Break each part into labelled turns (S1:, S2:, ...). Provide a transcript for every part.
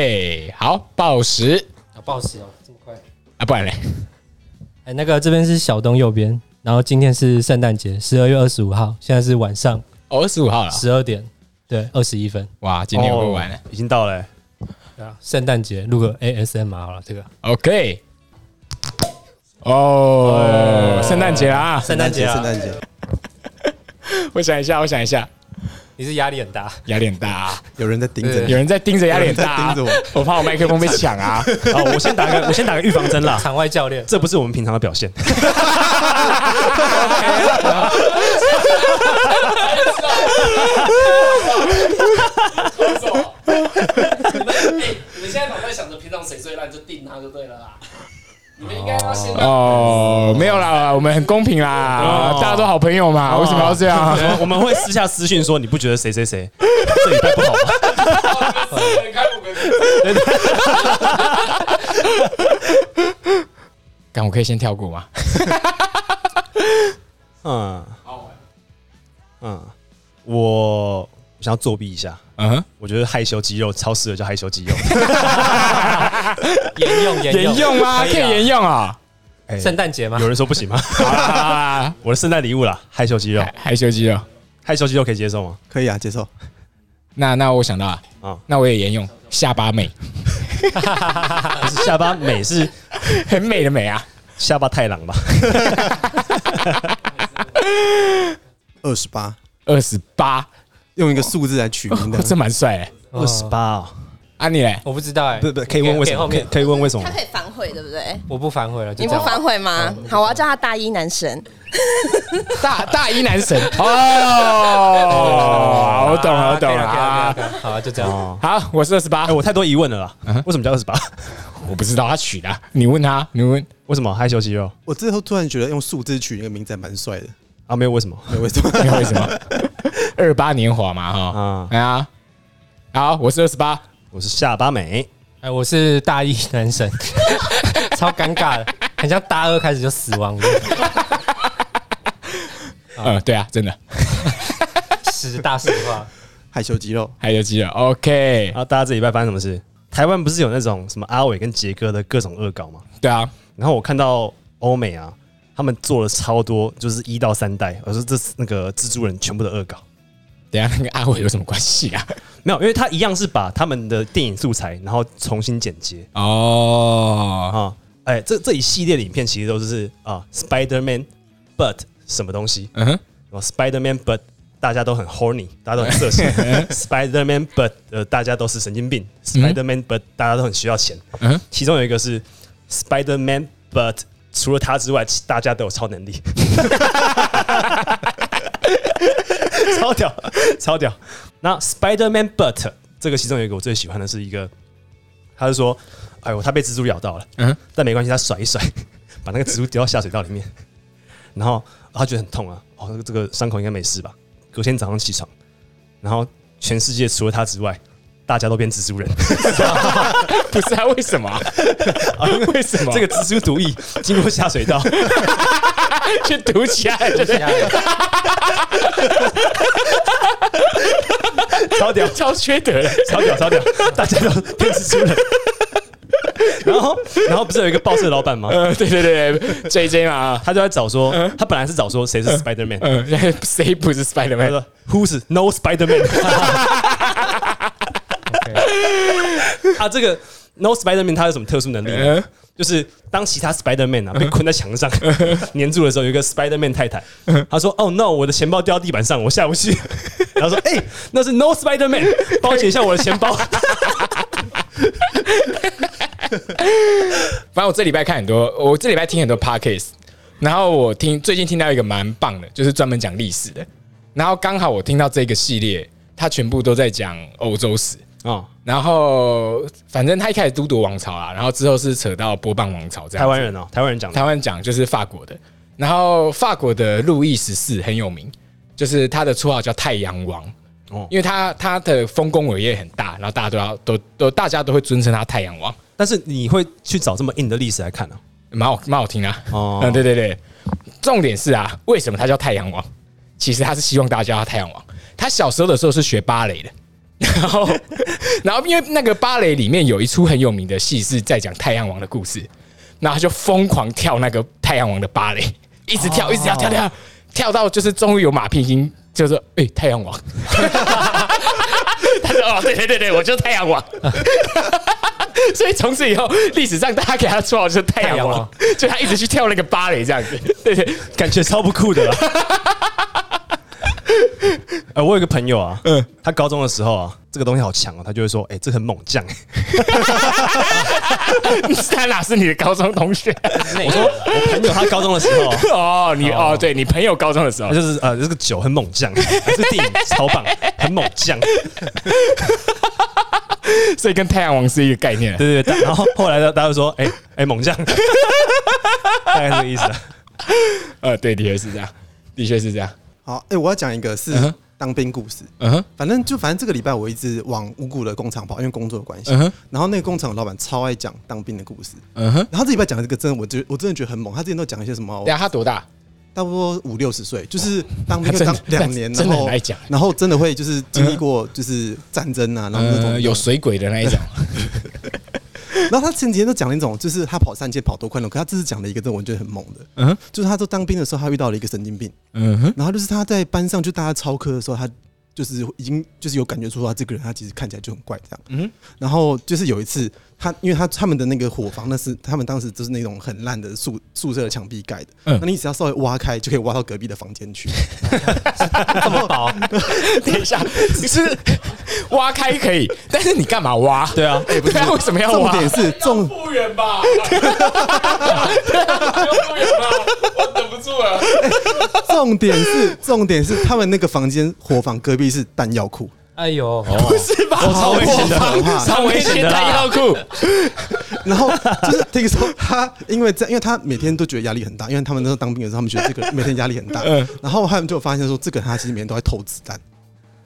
S1: OK，好，报时
S2: 啊，不好使哦，这么快。
S1: 啊，不然嘞，
S2: 哎，那个这边是小东右边，然后今天是圣诞节，十二月二十五号，现在是晚上
S1: 哦，二十五号了，
S2: 十二点，对，二十一分。
S1: 哇，今天又完了。
S3: 哦已经到了欸、
S2: 对啊，圣诞节录个 ASMR 好了，这个
S1: OK，哦，圣诞节啦，
S2: 圣诞节
S3: 圣
S2: 啊，
S3: 诞节
S1: 我想一下，我想一下，
S2: 你是压力很大，
S1: 压力很大啊，
S3: 有人在盯着你，
S1: 有人在盯着压力很大啊，
S3: 有人在盯
S1: 我怕我麦克风被抢啊。
S3: 好，我先打 个我先打个预防针啦，
S2: 场外教练，
S3: 这不是我们平常的表 现。
S4: 你们哎、你们现在脑袋想着平常谁最烂就定他就对了啦。你们应该要先让
S1: 哦，没有啦，我们很公平啦，
S3: 哦
S1: 大家都好朋友嘛，为什么要这样
S3: 我？们我们会私下私讯说，你不觉得谁谁谁这礼拜不好吗？
S4: 四个人开五个人，
S1: 干，我可以先跳过吗？
S3: 嗯，嗯，我我想要作弊一下，
S1: 嗯哼，
S3: 我觉得害羞肌肉超适合叫害羞肌肉。
S2: 沿用沿
S1: 沿
S2: 用
S1: 用吗？可以
S2: 啊
S1: 沿用啊。
S3: 哎
S2: 圣诞节吗
S3: 有？人说不 行吗？
S1: 好啦好啦，好啦
S3: 我的圣诞礼物啦，害羞肌肉
S1: 害，害羞肌肉。
S3: 害羞肌肉可以接受吗？
S5: 可以啊，接受。
S1: 那那我想到啊
S3: 啊，
S1: 那我也沿用下巴美，
S3: 不是下巴美是
S1: 很美的美啊。
S3: 下巴太郎吧？
S5: 二十八，
S1: 二十八，
S5: 用一个数字来取名的
S1: 哦，，这蛮帅的。
S2: 哦
S3: 二十，八哦，
S1: 啊你嘞？
S2: 我不知道哎，
S3: 不不，可以问为什么？
S2: 后
S3: 可以
S2: 面
S3: 可以问为什么
S6: 他
S3: 吗？
S6: 可以反悔，对不对？
S2: 我不反悔了，就
S6: 你
S2: 这
S6: 不
S2: 样嗯
S6: 反悔吗？好，我要叫他大一男神。
S1: 大大一男神哦，我懂了，我懂了
S2: 啊
S1: 啊
S2: 可以。了可以了可以了好啊，就这样。
S3: 哦，
S1: 好，我是二十八
S3: 哎，，我太多疑问了啦，为什么叫二十八？
S1: 我不知道他取的啊，你问他，你问
S3: 为什么害羞肌肉
S5: 我之后突然觉得用数字取一个名字还蛮帅 的，
S3: 啊？没有为什么？
S5: 没有为什么？
S1: 你为什么？二八年华嘛哈，
S3: 啊，
S1: 哎呀，好，我是二十八，
S3: 我是下巴美，
S2: 哎，我是大一男神， 超尴尬的，很像大二开始就死亡了，
S1: 嗯，对啊，真的，
S2: 实大实话。
S5: 害羞肌肉，
S1: 还有肌肉，OK，
S3: 然后大家这礼拜发生什么事？台湾不是有那种什么阿伟跟杰哥的各种恶搞吗？
S1: 对啊，
S3: 然后我看到欧美啊，他们做了超多，就是一到三代，我说这是那个蜘蛛人全部的恶搞。
S1: 等一下那个阿伟有什么关系啊？
S3: 没有，因为他一样是把他们的电影素材，然后重新剪接
S1: 哦，
S3: 啊。哎，这这一系列的影片其实都是啊，Spider Man but 什么东西，
S1: 嗯哼，
S3: 然后 Spider Man but 大家都很 horny，大家都很 色情
S1: 嗯
S3: ，Spider Man but 呃大家都是神经病，Spider Man but 大家都很需要钱，
S1: 嗯哼，
S3: 其中有一个是 Spider Man but 除了他之外，其大家都有超能力， 超屌，超屌。那 Spider Man but 这个其中有一个我最喜欢的是一个，他是说，哎呦，他被蜘蛛咬到了，
S1: 嗯哼
S3: 但没关系，他甩一 甩，把那个蜘蛛丢到下水道里面，然后他觉得很痛啊，哦，这个这个伤口应该没事吧？隔天早上起床，然后全世界除了他之外，大家都变蜘蛛人。
S1: 不是啊，为什 么啊？为什么
S3: 这个蜘蛛毒液经过下水道，
S1: 去读起来就
S2: 这
S1: 是
S2: 样
S3: 超屌，
S1: 超缺德的，
S3: 超屌，超屌，大家都变蜘蛛人。然后，然后不是有一个报社老板吗？
S1: 呃，对对对对，J J 嘛，
S3: 他就在找说，他本来是找说谁是 Spider Man，
S1: 呃，谁不是 Spider
S3: 他
S1: Man？
S3: 说 Who's No Spider Man？啊，这个 No Spider Man 他有什么特殊能力呢
S1: 嗯？
S3: 就是当其他 Spider Man 啊被困在墙上粘住的时候，有一个 Spider Man 太太，她说：“哦、no，我的钱包掉地板上，我下不去。” 然后说：“哎、那是 No Spider Man，帮我捡一下我的钱包。”
S1: 反正我这礼拜看很多，我这礼拜听很多 podcast，然后我听最近听到一个蛮棒的，就是专门讲历史的，然后刚好我听到这个系列，它全部都在讲欧洲史。
S3: 哦，
S1: 然后，反正他一开始都铎王朝啊，然后之后是扯到波旁王朝这样子。
S3: 台湾人哦，台湾人讲的
S1: 台湾讲就是法国的，然后法国的路易十四很有名，就是他的绰号叫太阳王，
S3: 哦
S1: 因为他他的丰功伟业很大，然后大家都要都都大家都会尊称他太阳王，
S3: 但是你会去找这么硬的历史来看呢、啊
S1: 蛮好蛮好听啊。
S3: 哦
S1: 嗯，对对对，重点是啊，为什么他叫太阳王？其实他是希望大家叫他太阳王。他小时候的时候是学芭蕾的， 然后，然后因为那个芭蕾里面有一出很有名的戏是在讲太阳王的故事，然后他就疯狂跳那个太阳王的芭蕾，一直跳，一直跳，跳跳跳到就是终于有马屁精，就说：“哎、太阳王。” 他说：“哦，对对对对，我就是太阳王。” 所以从此以后，历史上大家给他绰号就是太阳
S2: 太阳
S1: 王
S2: 王，
S1: 就他一直去跳那个芭蕾这样子。 对对，
S3: 感觉超不酷的啦。哎，我有一个朋友啊，他高中的时候啊，这个东西好强哦，他就会说，哎，这个很猛 将。
S1: 他哪是你的高中同学？
S3: 我说我朋友他高中的时候啊，
S1: 哦，你哦，对你朋友高中的时候
S3: 他，就是呃，这个酒很猛将，还是电影超棒，很猛将。
S1: 所以跟太阳王是一个概念。
S3: 对对对，然后后来呢，大家就说，哎哎，猛将， 大概是这个意思啊。
S1: 呃，对，的确是这样，的确是这样。
S5: 好，哎、我要讲一个是
S1: 嗯哼
S5: 当兵故事。
S1: 嗯哼，
S5: 反正就反正这个礼拜我一直往五谷的工厂跑，因为工作的关系。
S1: 嗯哼
S5: 然后那个工厂的老板超爱讲当兵的故事，
S1: 嗯哼。
S5: 然后这礼拜讲的这个真的，我觉得我真的觉得很猛。他之前都讲一些什么
S1: 等，下他多大？
S5: 差不多五六十岁，就是当兵
S1: 哦 他
S5: 就
S1: 真的
S5: 当两年，
S1: 真
S5: 然
S1: 的
S5: 后
S1: 很爱讲
S5: 然后真的会就是经历过就是战争啊，然后那
S1: 呃，
S5: 种
S1: 有。水鬼的那一种。
S5: 然后他前几天都讲了一种，就是他跑三千跑多快乐，可他这次讲了一个，这我觉得很猛的，
S1: 嗯哼
S5: 就是他说当兵的时候他遇到了一个神经病，
S1: 嗯哼，
S5: 然后就是他在班上就大家超课的时候，他就是已经就是有感觉出他这个人他其实看起来就很怪这样。
S1: 嗯
S5: 嗯，然后就是有一次他，因为他他们的那个伙房那是他们当时就是那种很烂的宿宿舍的墙壁盖的，
S1: 嗯
S5: 那你只要稍微挖开就可以挖到隔壁的房间去。
S2: 这么薄，
S1: 等一下，你是挖开可以，但是你干嘛挖？
S3: 对啊，
S1: 对啊，为什 么要
S5: 重
S1: 挖？
S5: 点是重
S4: 复原 吧，不用复原吧，我忍不住了。
S5: 重点是重点是他们那个房间伙房隔壁是弹药库，
S2: 哎呦，
S1: 不是吧？
S3: 超危险的
S1: 我
S5: 哇
S1: 放超危险的弹药库。
S5: 然后就是听说他，因为在，因为他每天都觉得压力很大，因为他们那时候当兵的时候，他们觉得这个人每天压力很大
S1: 嗯。
S5: 然后他们就发现说，这个人他其实每天都在偷子弹，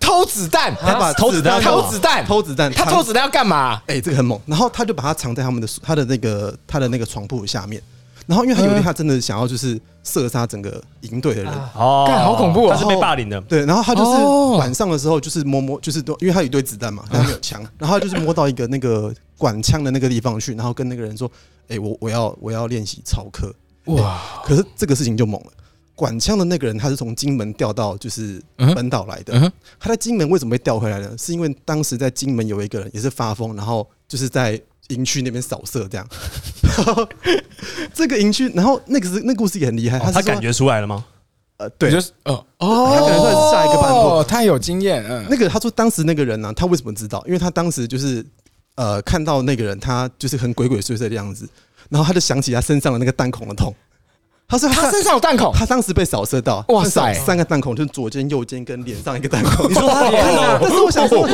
S1: 偷子弹，
S2: 啊
S5: 他把
S3: 偷子弹
S2: 哦
S1: 偷子弹，
S5: 偷子弹，
S1: 他
S5: 藏
S1: 偷子弹要干嘛？
S5: 哎、这个很猛。然后他就把它藏在他们的他的那个他的那个床铺下面。然后因为他有一天他真的想要就是射杀整个营队的人，
S3: 哦
S1: 干好恐怖哦
S3: 他是被霸凌的，
S5: 对。然后他
S1: 哦啊
S5: 就是晚上的时候就是摸摸，就是都因为他有一堆子弹嘛，他没有枪，然后他就是摸到一个那个管枪的那个地方去，然后跟那个人说：“哎、我我要我要练习操课。哎
S1: 哇，”
S5: 可是这个事情就猛了。管枪的那个人，他是从金门调到就是
S1: 嗯哼
S5: 本岛来的。
S1: 嗯哼
S5: 他在金门为什么会调回来呢？是因为当时在金门有一个人也是发疯，然后就是在营区那边扫射 这样。然后这个营区，然后那个是那故事也很厉害，
S3: 哦
S5: 他
S3: 他
S5: 是说
S3: 感觉出来了吗？
S5: 呃对，
S1: 就是哦哦，
S5: 他可能算是下一个半破。
S1: 他有经验，嗯
S5: 那个他说当时那个人呢、啊他为什么知道？因为他当时就是呃看到那个人，他就是很鬼鬼祟祟的样子，然后他就想起他身上的那个弹孔的痛。他说
S1: 他身上有弹孔，
S5: 他当时被扫射到，
S1: 哇塞
S5: 至少三个弹孔，就是左肩、右肩跟脸上一个弹孔。你说
S3: 哇
S5: 他
S3: 天哪
S5: 但啊是我想说，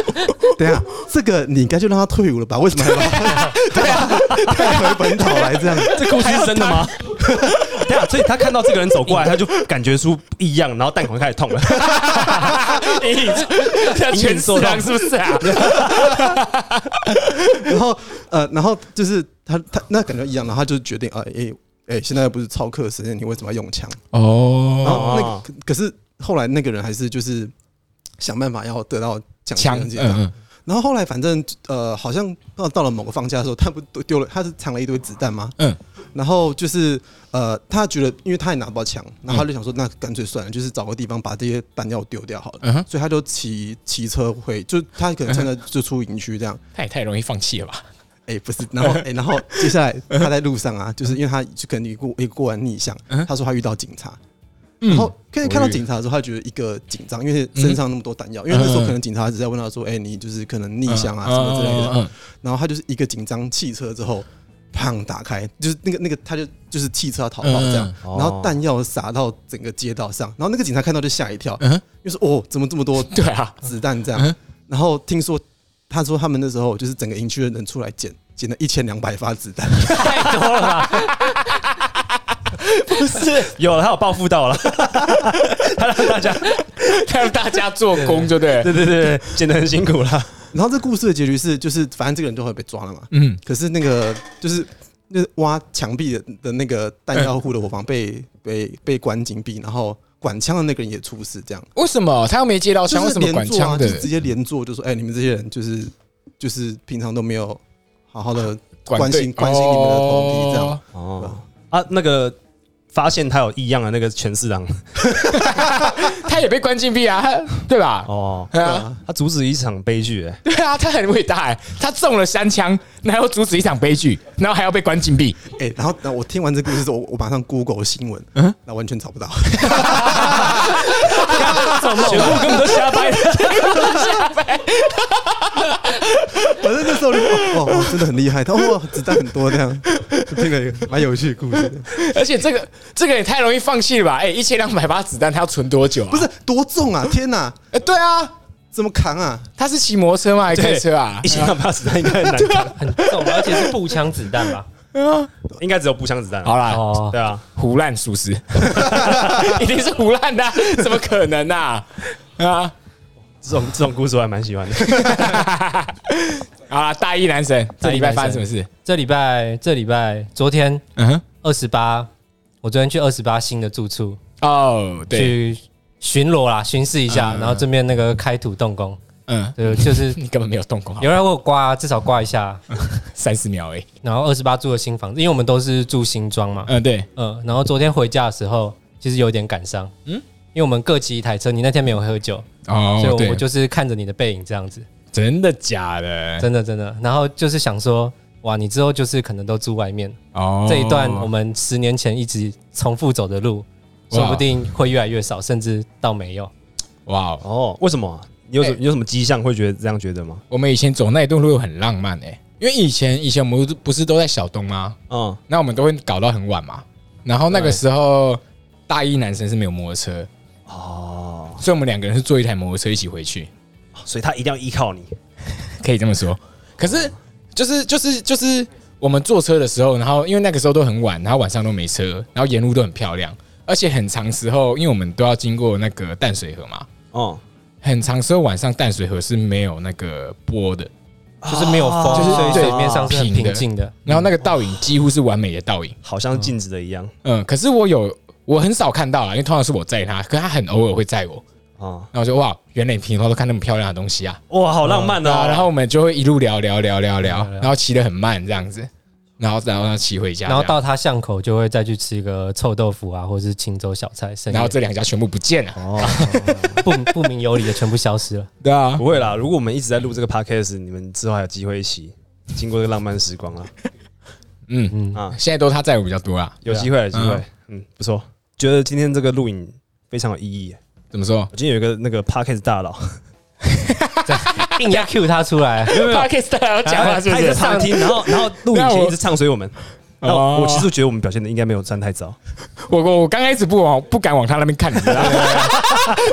S5: 等一下这个你应该就让他退伍了吧？为什么还要 把对啊，带回本岛来这样？
S3: 这故事是真的吗？ 对啊，所以他看到这个人走过来，他就感觉出异样，然后弹孔开始 痛了。
S1: 隐隐这全是狼是不是啊？
S5: 然后呃，然后就是他他那感觉一样，然后他就决定啊，哎、哎、现在不是操课时间，你为什么要用枪？然
S1: 哦，
S5: 后那个可可是后来那个人还是就是想办法要得到奖
S1: 枪，
S5: 金
S1: 嗯
S5: 这样。
S1: 嗯，
S5: 然后后来反正呃，好像到到了某个放假的时候，他不丢丢了，他是藏了一堆子弹吗？
S1: 嗯
S5: 嗯。然后就是呃，他觉得因为他也拿不到枪，然后他就想说，那干脆算了，就是找个地方把这些弹药丢掉好了。
S1: 嗯哼
S5: 所以他就骑骑车回，就他可能趁着就出营区这样。
S1: 他也太容易放弃了吧？
S5: 哎、不是，然后哎、然后接下来 他在路上啊，就是因为他就可能一过一过完逆向
S1: 嗯，
S5: 他说他遇到警察，
S1: 嗯嗯
S5: 然后可以看到警察的时候，他觉得一个紧张，因为身上那么多弹药，因为那时候可能警察只在问他说：“哎、你就是可能逆向啊什么之类的。
S1: 嗯，”
S5: 然后他就是一个紧张，汽车之后，砰打开，就是那个那个他就就是汽车要逃跑这样，
S3: 嗯嗯
S5: 然后弹药撒到整个街道上，然后那个警察看到就吓一跳，
S1: 嗯
S5: 就说：“哦，怎么这么多
S1: 对啊，
S5: 子弹这
S1: 嗯
S5: 样？”然后听说他说他们那时候就是整个营区的人出来捡。捡了一千两百发子弹，
S2: 太多了吧？
S3: 不 是，啊有他有报复到了，他让大家，
S1: 他让大家做工，就对了，
S3: 对对对，对剪得很辛苦啦。
S5: 然后这故事的结局是，就是反正这个人就会被抓了嘛，
S1: 嗯，
S5: 可是那个就是
S1: 哎
S5: 那挖墙壁的的那个弹药库的伙房被被被关禁闭，然后管枪的那个人也出事，这样
S1: 为什么他又没接到枪？
S5: 就
S1: 为
S5: 是
S1: 什么管
S5: 连坐
S1: 枪
S5: 啊，
S1: 的嗯
S5: 就直接连坐，就说：“哎、你们这些人就是就是平常都没有好好的关
S1: 对
S5: 心关心你们的同敌这样
S1: 哦
S3: 哦啊，那个发现他有异样的那个权四郎
S1: 他也被关禁闭啊，他对吧？
S3: 哦，
S1: 对啊，
S5: 啊，
S3: 他阻止一场悲剧，哎，
S1: 对啊，他很伟大哎、他中了三枪，然后阻止一场悲剧，然后还要被关禁闭。
S5: 哎、然后然后我听完这个故事之后，我我马上
S1: 嗯
S5: Google 新闻，那完全找不到。
S3: 全部根本 都瞎掰。
S5: 反正那时候就哇哇，真的很厉害，他哇子弹很多这样，就听了一个蛮有趣的故事的。
S1: 而且这个这个也太容易放弃了吧？哎、一千两百发子弹，他要存多久、啊？
S5: 不是多重啊！天哪，
S1: 呃，对啊，
S5: 怎么扛啊？
S1: 他是骑摩托车吗？还是开车啊
S3: 一？千两百子弹应该很难看，
S2: 很重，而且是步枪子弹吧？
S3: 应该只有步枪子弹啊。
S1: 好啦，
S2: 哦，
S3: 对啊，
S1: 胡乱属实， 一定是胡乱的啊、怎么可能啊？啊，
S3: 这种这种故事我还蛮喜欢的。
S1: 好啦，大一男神，这礼拜发生什么事？
S2: 这礼拜这礼拜昨天
S1: 嗯哼，
S2: 二十八，我昨天去二十八新的住处
S1: 哦，对，
S2: 去巡逻啦，巡视一下，
S1: 嗯
S2: 然后这边那个开土动工，
S1: 嗯，
S2: 对，就是
S1: 你根本没有动过，
S2: 有人为我刮，至少刮一下。
S1: 三十秒而已。
S2: 然后二十八住的新房子，因为我们都是住新庄嘛，
S1: 嗯，对，
S2: 嗯，然后昨天回家的时候，其实有点感伤，嗯，因为我们各骑一台车，你那天没有喝酒，
S1: 哦
S2: 所以我
S1: 对
S2: 我，就是看着你的背影这样子，
S1: 真的假的？
S2: 真的真的，然后就是想说，哇，你之后就是可能都住外面，
S1: 哦
S2: 这一段我们十年前一直重复走的路，
S1: 哇
S2: 说不定会越来越少，甚至到没有。
S1: 哇哦，
S3: 哦，为什么啊？你有什
S1: 哎
S3: 你有什么迹象会觉得这样觉得吗？
S1: 我们以前走那一段路很浪漫哎、因为以前以前我们不是都在小东吗？
S3: 嗯，
S1: 那我们都会搞到很晚嘛。然后那个时候大一男生是没有摩托车，
S3: 哦，
S1: 所以我们两个人是坐一台摩托车一起回去，
S3: 所以他一定要依靠你。
S1: 可以这么说。可是就是就是就是我们坐车的时候，然后因为那个时候都很晚，然后晚上都没车，然后沿路都很漂亮，而且很长时候，因为我们都要经过那个淡水河嘛，
S3: 哦，
S1: 很长时候晚上淡水河是没有那个波的，
S2: 就是没有风，
S1: 哦就是
S2: 所以
S1: 对
S2: 水面上是很
S1: 平的
S2: 平静的。
S1: 然后那个倒影几乎是完美的倒影。
S3: 好像镜子的一样
S1: 嗯，可是我有我很少看到啦，因为通常是我载他，可他很偶尔会载我。
S3: 哦，
S1: 然后我就哇，原来你平常都看那么漂亮的东西啊！
S3: 哇，好浪漫
S1: 对啊，
S3: 哦。
S1: 然后我们就会一路聊聊聊聊聊，
S2: 聊
S1: 然后骑得很慢这样子，然后然后骑回家，
S2: 啊然后到他巷口就会再去吃一个臭豆腐啊，或者是青州小菜，
S1: 这样
S2: 深夜
S1: 然后这两家全部不见了。
S2: 哦不不明有理的全部消失了。
S1: 对啊，
S3: 不会啦，如果我们一直在录这个 podcast，你们之后还有机会一起经过这个浪漫时光啦。
S1: 嗯，
S2: 嗯，
S3: 啊，
S1: 现在都他载我比较多啦。
S3: 有机会，有机会
S1: 嗯，
S3: 嗯，不错，觉得今天这个录影非常有意义。
S1: 怎么说？
S3: 我今天有一个那个 podcast 大佬，
S2: 硬要 Q 他出来，
S1: p o d c a 要讲话是不
S3: 他一直
S1: 是？
S2: 哎
S3: 旁听，然后然后录影前一直唱衰我们。那
S1: 哦
S3: 我我其实觉得我们表现的应该没有站太糟，
S1: 我我我刚开始不往不敢往他那边看，你知道 吗？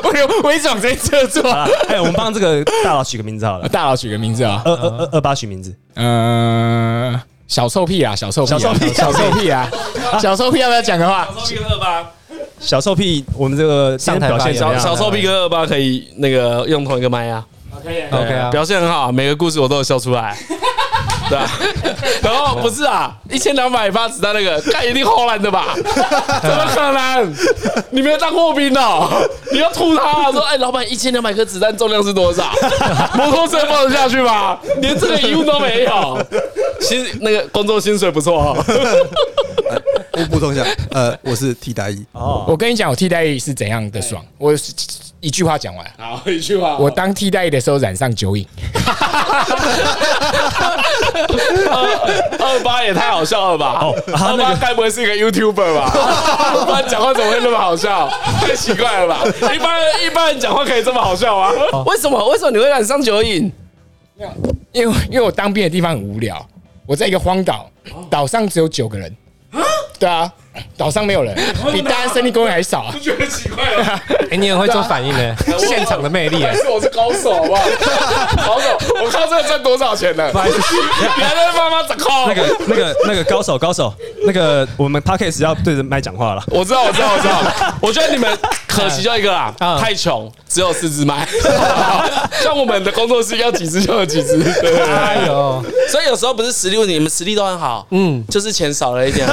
S1: 我就我一直往这边侧坐。
S2: 啊
S3: 好啦，哎，我们帮这个大佬取个名字好了，
S1: 大佬取个名字啊，
S3: 二二二二八取名字，
S1: 嗯，小臭屁啊，小臭屁啊，
S3: 小臭屁啊
S1: 小臭屁啊，小臭屁要不要讲个话
S4: 小？臭屁跟二八，
S3: 小臭屁，我们这个今天表现怎么
S2: 上台发
S3: 样
S2: 言
S4: 小臭屁跟二八可以那个用同一个麦啊。
S2: OK 啊
S4: 对表现很好，每个故事我都有笑出来。对啊，然后不是啊，一千两百发子弹那个，看一定后烂的吧？怎么可能？你没有当过兵哦？你要吐他、啊、说，哎，老板，一千两百颗子弹重量是多少？摩托车放得下去吗？连这个疑问都没有。薪那个工作薪水不错哦，
S5: 我补充一下，呃，我是替代役，
S1: 我跟你讲，我替代役是怎样的爽，我一句话讲完。啊
S4: 好一句话，
S1: 我当替代役的时候染上酒瘾，
S4: 二八也太好笑了
S3: 哦
S4: 吧？
S3: 啊
S4: 二八该不会是一个 YouTuber 吧？二八讲话怎么会那么好笑？太奇怪了吧？一般人一般人讲话可以这么好笑吗？
S3: 哦
S4: 为什么？为什么你会染上酒瘾？
S1: 因为因为我当兵的地方很无聊，我在一个荒岛，岛上只有九个人，对啊，岛上没有人，比大安森林公园还少啊。
S4: 觉得奇怪了。
S2: 哎，你很会做反应呢，现场的魅力哎
S4: 但。是我是高手，好 不好？高手，我靠这个赚多少钱呢？
S3: 不好意思，
S4: 你还在慢慢掌控
S3: 那个、那个、那个高手、高手，那个我们 podcast 要对着麦讲话了。
S4: 我知道，我知道，我 知道。我觉得你们可惜就一个啦，
S2: 嗯
S4: 太穷，只有四只麦。 像我们的工作室要几只就有几只。对对对
S2: 哎呦，
S7: 所以有时候不是实力问题，你们实力都很好，
S2: 嗯，
S7: 就是钱少了一点，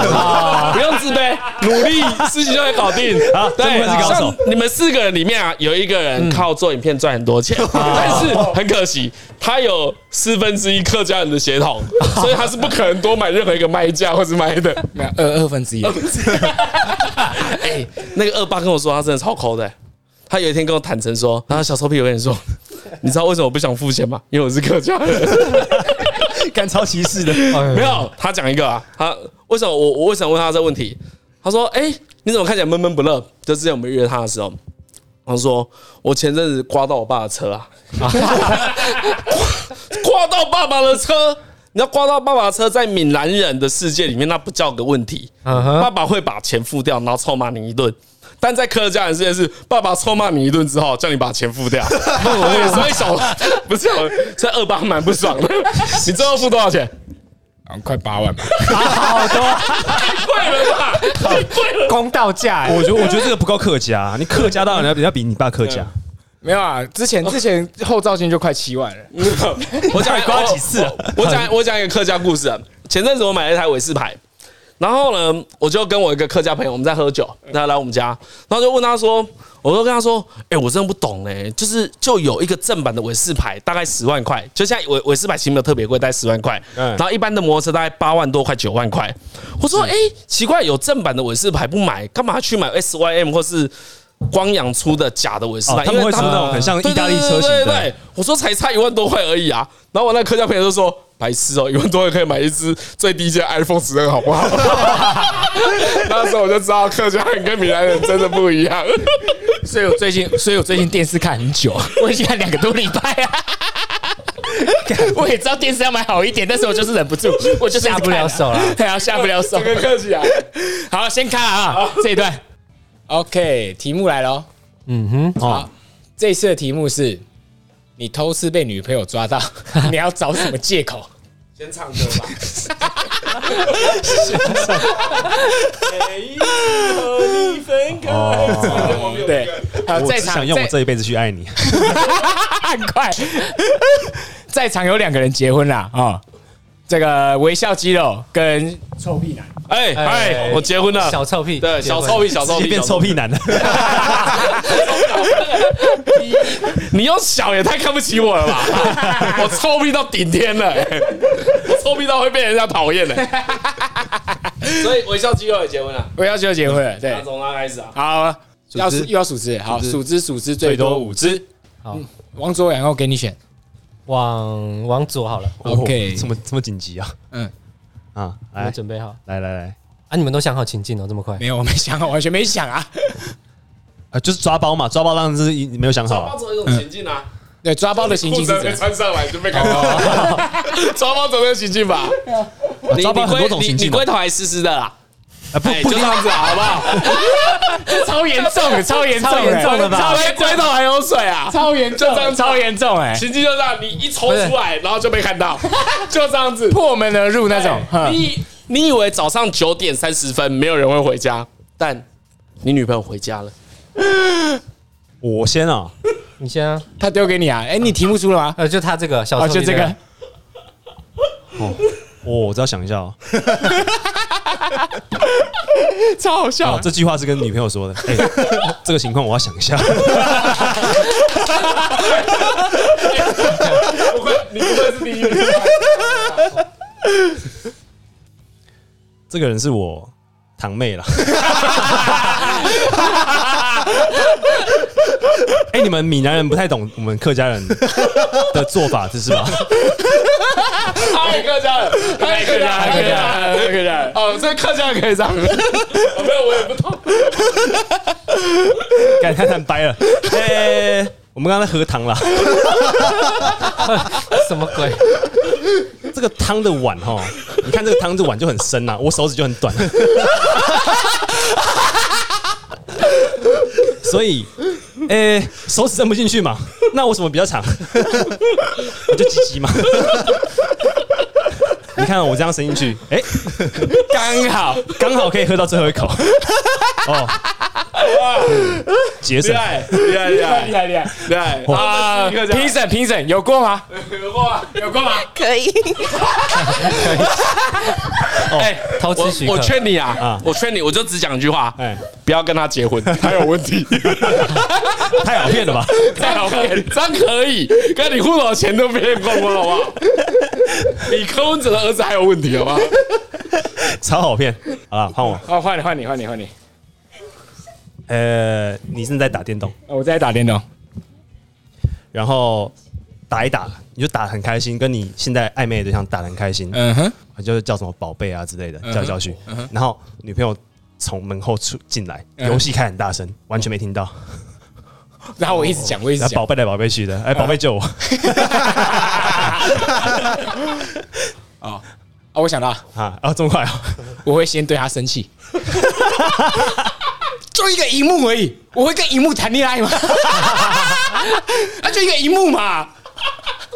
S7: 不用自
S4: 干杯，努力，事情就会搞定。
S3: 好真
S4: 对，
S3: 不愧是高手
S4: 像你们四个人里面啊，有一个人靠做影片赚很多钱，但是很可惜，他有四分之一客家人的血统，所以他是不可能多买任何一个卖家或是卖的。
S1: 没有二二分之一，
S4: 哎， 那个二爸跟我说，他真的超抠的、他有一天跟我坦诚说，然后小臭屁，我跟你说，你知道为什么我不想付钱吗？因为我是客家人。
S3: 干超歧视的，
S4: 没有，他讲一个啊，他为什么我我为什么问他这个问题？他说：“哎、你怎么看起来闷闷不乐？”就之前我们约他的时候，他说：“我前阵子刮到我爸的车啊， 刮刮到爸爸的车。”你知道刮到爸爸的车，在闽南人的世界里面，那不叫个问题。
S2: 嗯哼
S4: 爸爸会把钱付掉，然后臭骂你一顿。但在客家人世界是，爸爸臭骂你一顿之后，叫你把钱付掉。对所以小不是小，所以二爸蛮不爽的。 你最后付多少钱？
S1: 好快八万吧。
S4: 贵了吧？
S2: 公道价、欸，
S3: 我觉得我觉得这个不够客家，啊你客家当然要比要比你爸客家，
S1: 没有啊，之前之前后照镜就快七万了。
S4: 我讲
S3: 你刮几次啊
S4: 我我讲我讲一个客家故事啊。前阵子我买了一台韦氏牌，然后呢，我就跟我一个客家朋友我们在喝酒，他来我们家，然后就问他说，我就跟他说，哎、我真的不懂哎、就是就有一个正版的韦氏牌，大概十万块，就现在韦韦氏牌其实没有特别贵，大概十万块，
S3: 嗯
S4: 然后一般的摩托车大概八万多块九万块。
S3: 嗯
S4: 我说，哎、奇怪，有正版的韦氏牌不买，干嘛去买 S Y M 或是？光阳出的假的韦氏牌，
S3: 哦他
S4: 因
S3: 们
S4: 为
S3: 会出那种很像
S4: 对
S3: 意大利
S4: 对
S3: 车型
S4: 对对
S3: 的
S4: 对，我说才差一万多块而已啊。然后我那客家朋友就说：“白痴哦，一万多块可以买一只最低阶 iPhone 十二，好不好？” 那时候我就知道客家人跟闽南人真的不一样。
S1: 所以我最近，所以我最近电视看很久， 我已经看两个多礼拜啊。我也知道电视要买好一点，但是我就是忍不住，我就是
S2: 下不了手啦
S1: 了，对啊， 下不了手
S4: 整。个客起
S2: 啊
S4: 来，
S1: 好，先看啊，这一段。OK，题目来喽。
S2: 嗯哼，
S1: 好，这次的题目是：你偷吃被女朋友抓到， 你要找什么借口？
S4: 先唱歌吧。
S1: 哦对，还
S4: 啊
S1: 有
S3: 我
S1: 在
S3: 只
S1: 场
S3: 想用我
S1: 在
S3: 这一辈子去爱你，
S1: 很 快。在场有两个人结婚啦啊、哦这个微笑肌肉跟臭屁男，
S4: 哎哎，我结婚了，
S2: 小臭屁，
S4: 对小臭
S2: 屁，
S4: 屁，小
S3: 直
S4: 臭
S3: 接
S4: 屁，
S3: 变
S4: 小
S3: 臭屁男了。
S4: 你用小也太看不起我 了吧！我臭屁到顶天了、欸，我臭屁到会被人家讨厌的。所以微笑肌肉也结婚了，
S1: 微笑肌肉结婚了，对，
S4: 从他开始啊。
S1: 好，
S5: 数
S1: 要
S5: 只
S1: 数又要数只，好，
S5: 数只
S1: 数只数只最多五只。
S2: 好，
S1: 王左然后给你选，
S2: 往往左好了，
S1: OK
S3: 哦 这么这么紧急啊？
S1: 嗯，
S3: 啊，
S2: 我们
S3: 来
S2: 准备好
S3: 来来来，
S2: 啊！你们都想好情境哦，这么快
S1: 没？有，我没想好，完全没想啊。
S3: 啊，就是抓包嘛，抓包当然是一没有想好
S4: 抓包
S3: 啊，
S4: 总有一种情境啊，
S1: 对，抓包的行
S4: 裤
S1: 径
S4: 子
S1: 是怎
S4: 还没
S1: 样？
S4: 穿上来就被看到， 抓包总有情境吧？
S3: 啊抓包很多种情
S4: 你
S3: 境啊
S4: 龟，头还湿湿的啦，
S3: 啊不
S4: 哎，
S3: 不
S4: 就这
S3: 一定
S4: 样子啊，好不好？
S1: 超严重的，超严重的，
S2: 超严重的吧
S1: 超
S4: 哎，
S1: 严
S4: 龟头还有水啊！
S1: 超严重，这样超严重哎，
S4: 情境就这样，你一抽出来，然后就被看到，就这样子。
S1: 破门而入那种。 哼
S4: 你你以为早上九点三十分没有人会回家，但你女朋友回家了，
S3: 我先啊，
S2: 你先啊，
S1: 他丢给你啊，哎，你题目出了吗？
S2: 呃，就他这个 小
S1: 哦，
S2: 臭屁，
S1: 就这个，，
S3: 哦我只要想一下哦，
S1: 超好
S3: 哦
S1: 笑。
S3: 这句话是跟女朋友说的，哎， 这个情况我要想一下，
S4: 不会，你不会是第一个。
S3: 这个人是我堂妹啦。哎，你们闽南人不太懂我们客家人的做法，这是吧？
S4: 太哎客家了，太客家了，太客家了，太客家了。哦，这客家可以这样。没有，我也不懂。
S3: 干太坦白了，哎，我们刚刚在喝汤啦，
S2: 什么鬼？
S3: 这个汤的碗哈，你看这个汤的碗就很深呐、我手指就很短，啊 所以，诶、手指伸不进去嘛，那我什么比较长？ 我就鸡鸡嘛。 你看啊我这样伸进去，诶、
S1: 刚好
S3: 刚好可以喝到最后一口。 哦，节省
S4: 厉害，厉害，厉害，
S1: 害厉害
S4: 厉害
S1: 啊！
S4: 啊！
S1: 评审评审有过吗？
S4: 有过吗？有过吗？
S6: 可以，
S4: 哎，
S2: 偷吃
S4: 我
S2: 许可
S4: 我劝你啊
S3: 啊，
S4: 我劝你，我就只讲一句话，
S3: 哎，
S4: 不要跟他结 婚，他有问题，
S3: 太好骗了吧？
S4: 太好骗，这样可以，跟你户头钱都骗光光，好 不好？你柯文哲的儿子还有问题，好不好？
S3: 超好骗。好了，换我。
S1: 哦，换你，换你，换你，换你。
S3: 呃，你正在打电动，
S1: 哦我在打电动，
S3: 然后打一打，你就打得很开心，跟你现在暧昧的对象打得很开心，
S1: 嗯哼，
S3: 就是叫什么宝贝啊之类的，
S1: 哼
S3: 叫来叫去。然后女朋友从门后出进来，
S1: 嗯
S3: 游戏开很大声，完全没听到。
S1: 然后我一直讲，我一直
S3: 然后
S1: 讲
S3: 宝，贝来宝贝去的，哎，宝贝救 我！
S1: 哦，我想到了，
S3: 啊啊，这么快啊！
S1: 我会先对他生气， 就一个荧幕而已，我会跟荧幕谈恋爱吗？ 啊，就一个荧幕嘛，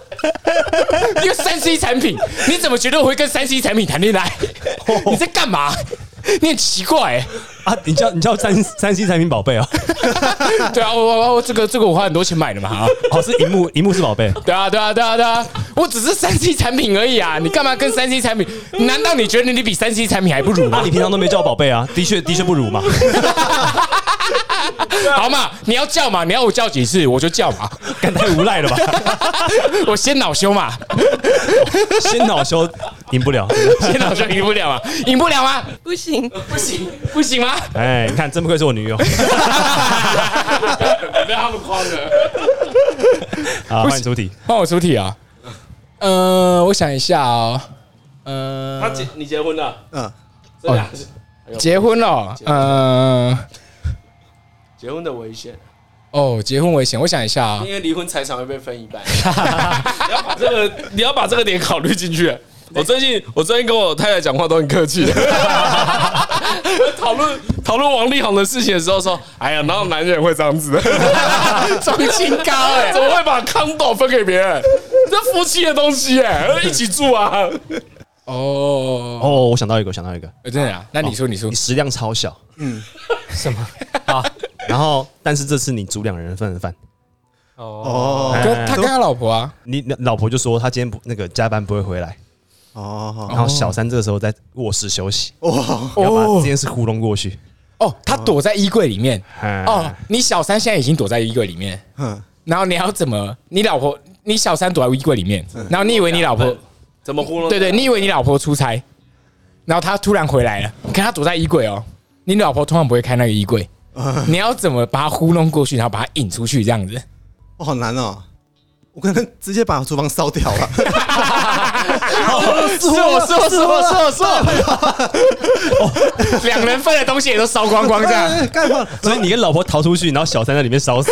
S1: 一个三 C 产品，你怎么觉得我会跟三 C 产品谈恋爱？你在干嘛？你很奇怪、欸，
S3: 啊，你叫你叫三三 C 产品宝贝哦，
S1: 对啊，我我我这个这个我花很多钱买的嘛，啊
S3: 哦是荧幕荧幕是宝贝，
S1: 对啊对啊对啊对啊，我只是三 C 产品而已啊，你干嘛跟三 C 产品？难道你觉得你比三 C 产品还不如吗
S3: 啊？你平常都没叫我宝贝啊，的确的确不 如嘛。
S1: 好嘛，你要叫嘛，你要我叫几次我就叫嘛，
S3: 干太无赖了吧？
S1: 我先恼羞 嘛，
S3: 先恼羞赢不了。
S1: 先恼羞赢不了嘛，赢不了吗？
S6: 不行，
S1: 不行， 不行吗？
S3: 哎，你看，真不愧是我女友。
S4: 被他们框了。
S3: 啊，换你出题。
S1: 换我出题啊。呃，我想一下哦。呃，
S4: 他结你结婚了？
S5: 嗯，
S4: 真的啊？
S1: 结婚了。呃，
S4: 结婚的危险，
S1: 哦，结婚危险，我想一下啊
S4: 因。为离婚财产会被分 一半。你要把这个，你要把这个点考虑进去。我最近，我最近跟我太太讲话都很客 气。讨论讨论王力宏的事情的时候说：“哎呀，哪有男人会这样子？
S1: 装清高哎、
S4: 怎么会把康斗分给别人？这夫妻的东西哎、一起住啊！
S1: 哦，
S3: 哦，我想到一个，我想到一个，
S1: 真的啊？那你说，你说
S3: 哦你，食量超小，
S2: 什 么啊？
S3: 嗯然后但是这次你煮两人份的饭，
S2: 哦，
S5: 哦
S1: 跟他跟他老婆啊，
S3: 你你老婆就说她今天不那个加班不会回来，
S5: 哦
S3: 然后小三这个时候在卧室休息，
S5: 哦，
S3: 你要把这件事糊弄过去。
S1: 哦，他躲在衣柜里面。哦
S3: 哦，，
S1: 你小三现在已经躲在衣柜里面，
S5: 哼，
S1: 然后你要怎么？你老婆，你小三躲在衣柜里面，
S3: 嗯
S1: 然后你以为你老婆，
S4: 怎么糊弄？
S1: 对对，你以为你老婆出差，然后她突然回来了，可她躲在衣柜哦。你老婆通常不会开那个衣柜，
S3: 嗯
S1: 你要怎么把她糊弄过去，然后把她引出去这样子？
S5: 我好难哦，我可能直接把厨房烧掉啊了。
S1: 是我是我是我是我是我，两人份的东西也都烧光光这样，
S5: 哎干嘛？
S3: 所以你跟老婆逃出去，然后小三在里面烧 死，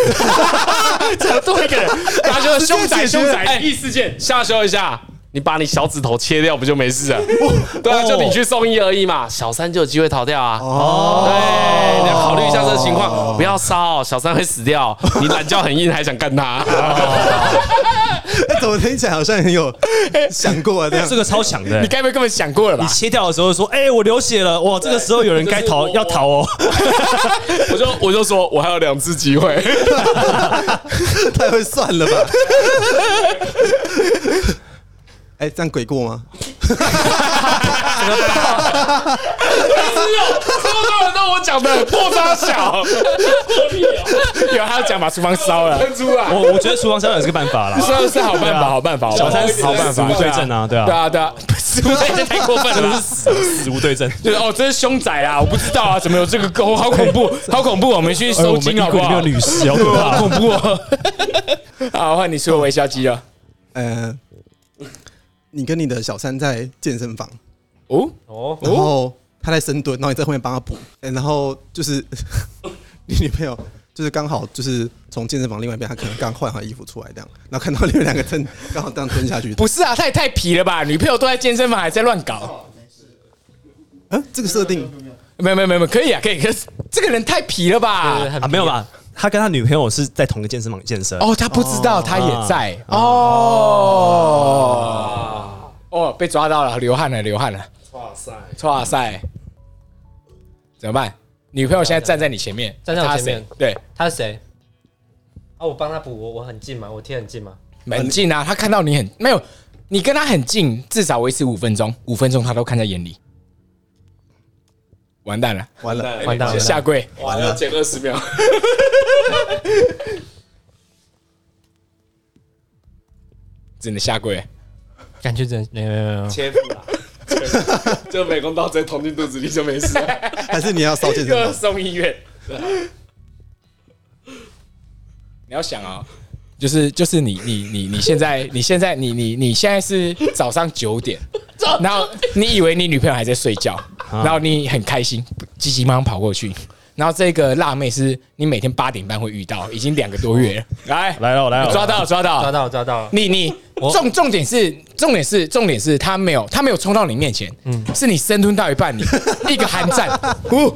S1: 只有多一个人，然后就是凶宅凶宅，
S4: 哎，异事件下修一下，你把你小指头切掉不就没事了？对啊，
S3: 哦
S4: 就你去送医而已嘛，小三就有机会逃掉啊。
S5: 哦，
S4: 对，你要考虑一下这个情况，不要烧，小三会死掉。你懒觉很硬，还想干他？
S5: 哎怎么听起来好像很有想过啊？ 这样
S3: 这个超强的
S1: 你。该不会根本想过了吧
S3: 你？切掉的时候说：“哎，我流血了，哇，这个时候有人该 逃
S4: 就是我
S3: 要逃哦。
S4: 我就我就说，我还有两次机会。
S5: 太会算了吧？ 哎，这样鬼过吗？
S4: 没有，说到人都我讲的破渣小，
S1: 有他要讲把厨房烧了，
S4: 喷出”来。
S3: 我我觉得厨房烧也是个办法啦。
S1: 这 是好办法，好办法，好
S3: 小
S1: 办法
S3: 三死
S1: 好办
S3: 死
S1: 法，
S3: 无对证啊，对
S1: 对
S3: 啊，
S1: 啊对啊，食物太太过分了吧？
S3: 死无 对证。
S1: 就是哦，这是凶宅啦，我不知道啊，怎么有这个狗？好恐怖，好恐怖！我们去收金好不好？
S3: 女士，好可
S1: 好
S3: 怕。
S1: 恐怖哦！好，换你说微笑肌了。
S5: 呃，你跟你的小三在健身房，
S1: 哦，
S5: 然后他在深蹲，然后你在后面帮他补，哎然后就是 你女朋友就是刚好就是从健身房另外一边，她可能刚换好衣服出来这样，然后看到你们两个蹲， 刚好这样蹲下去，
S1: 不是啊，他也太皮了吧？女朋友都在健身房，还在乱搞。
S5: 嗯，这个设定
S1: 没有没有没有，可以啊，可以。可是这个人太皮了吧？
S3: 啊，没有吧？他跟他女朋友是在同一个健身房健身。
S1: 哦，他不知道，他也在哦。哦，被抓到了，流汗了，流汗了。哇塞！哇塞！怎么办？女朋友现在站在你前面，
S2: 站在我
S1: 她
S2: 前面
S1: 谁对，
S2: 他是谁？啊，我帮他补，我我很近嘛，我贴很近嘛。
S1: 很近啊，他看到你很没有，你跟他很近，至少维持五分钟，五分钟他都看在眼里。完蛋了，
S5: 完了，
S2: 完蛋了
S1: 下跪。
S4: 完了，减二十秒。
S1: 真的下跪，
S2: 感觉真没有没有没有，
S4: 切腹啦，就美工刀直接捅进肚子里就没事了，
S5: 还是你要烧健身
S1: 又 要
S5: 房？
S1: 送医院。你要想啊、就是就是你你你你现在你现在你你你现在是早上九 点，然后你以为你女朋友还在睡觉，然后你很开心，急急忙忙跑过去，然后这个辣妹是你每天八点半会遇到，已经两个多月了，来
S3: 来了来了，
S1: 抓到了抓到了
S2: 抓到抓到了，
S1: 你你重重点是重点是重点是他没有他没有冲到你面前，是你深蹲到一 半，你一个寒 战，呜，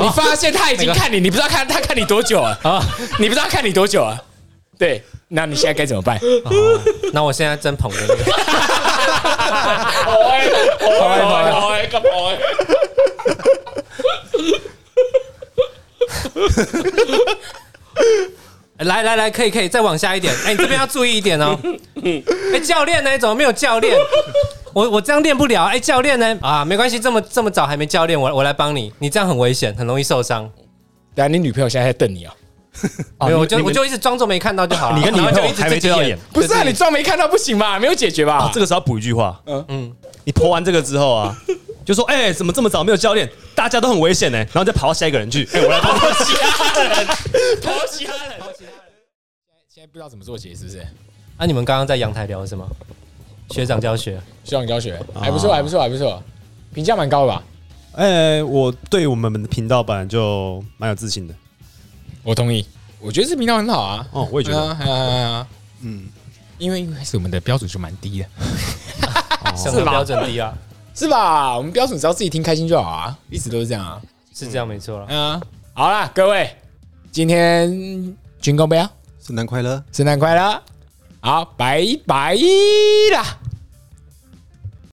S1: 你发现他已经看你，你不知道看他看你多久了啊，你不知道看你多久了，对，那你现在该怎么办？
S2: 那我现在真捧着那个，
S4: 好哎，好哎，好哎，好哎，干嘛好哎？
S2: 来来来，可以可以，再往下一 点，哎，你这边要注意一点哦。哎，教练呢？怎么没有教练？我我这样练不了。哎，教练呢？啊，没关系，这么这么早还没教练，我我来帮你。你这样很危险，很容易受伤。
S1: 对啊，你女朋友现在在瞪你哦，
S2: 没有，我就
S3: 你们
S2: 我就一直装作没看到就好了。
S3: 你跟你
S2: 然后
S3: 朋
S2: 就
S3: 友
S2: 一直
S3: 还没
S2: 自己
S3: 对到眼，
S1: 不是啊，你装没看到不行吧？没有解决吧
S3: 啊，？这个时候要补一句话，嗯嗯，你泼完这个之后啊， 就说哎、怎么这么早没有教练？大家都很危险呢、然后再跑到下一个人去，哎、我 来帮你。
S1: 抛弃他人，现在不知道怎么做解是不是？
S2: 啊那、你们刚刚在阳台聊什么？学长教学，
S3: 哦
S1: 学长教学还不错，还不错，还不错，评价蛮高的吧？
S3: 哎、我对我们的频道版就蛮有自信的
S1: 我同意，我觉得这频道很好啊。
S3: 哦，我也觉得，
S1: 啊啊啊啊
S5: 嗯，
S1: 因为一开始我们的标准就蛮低的，
S2: 审核标准低啊，
S1: 是吧？我们标准只要自己听开心就好啊，一直都是这样啊。
S2: 是这样没错了。
S1: 嗯、好啦，各位，今天军工杯啊，
S5: 圣诞快乐。
S1: 圣诞快乐！好，拜拜啦。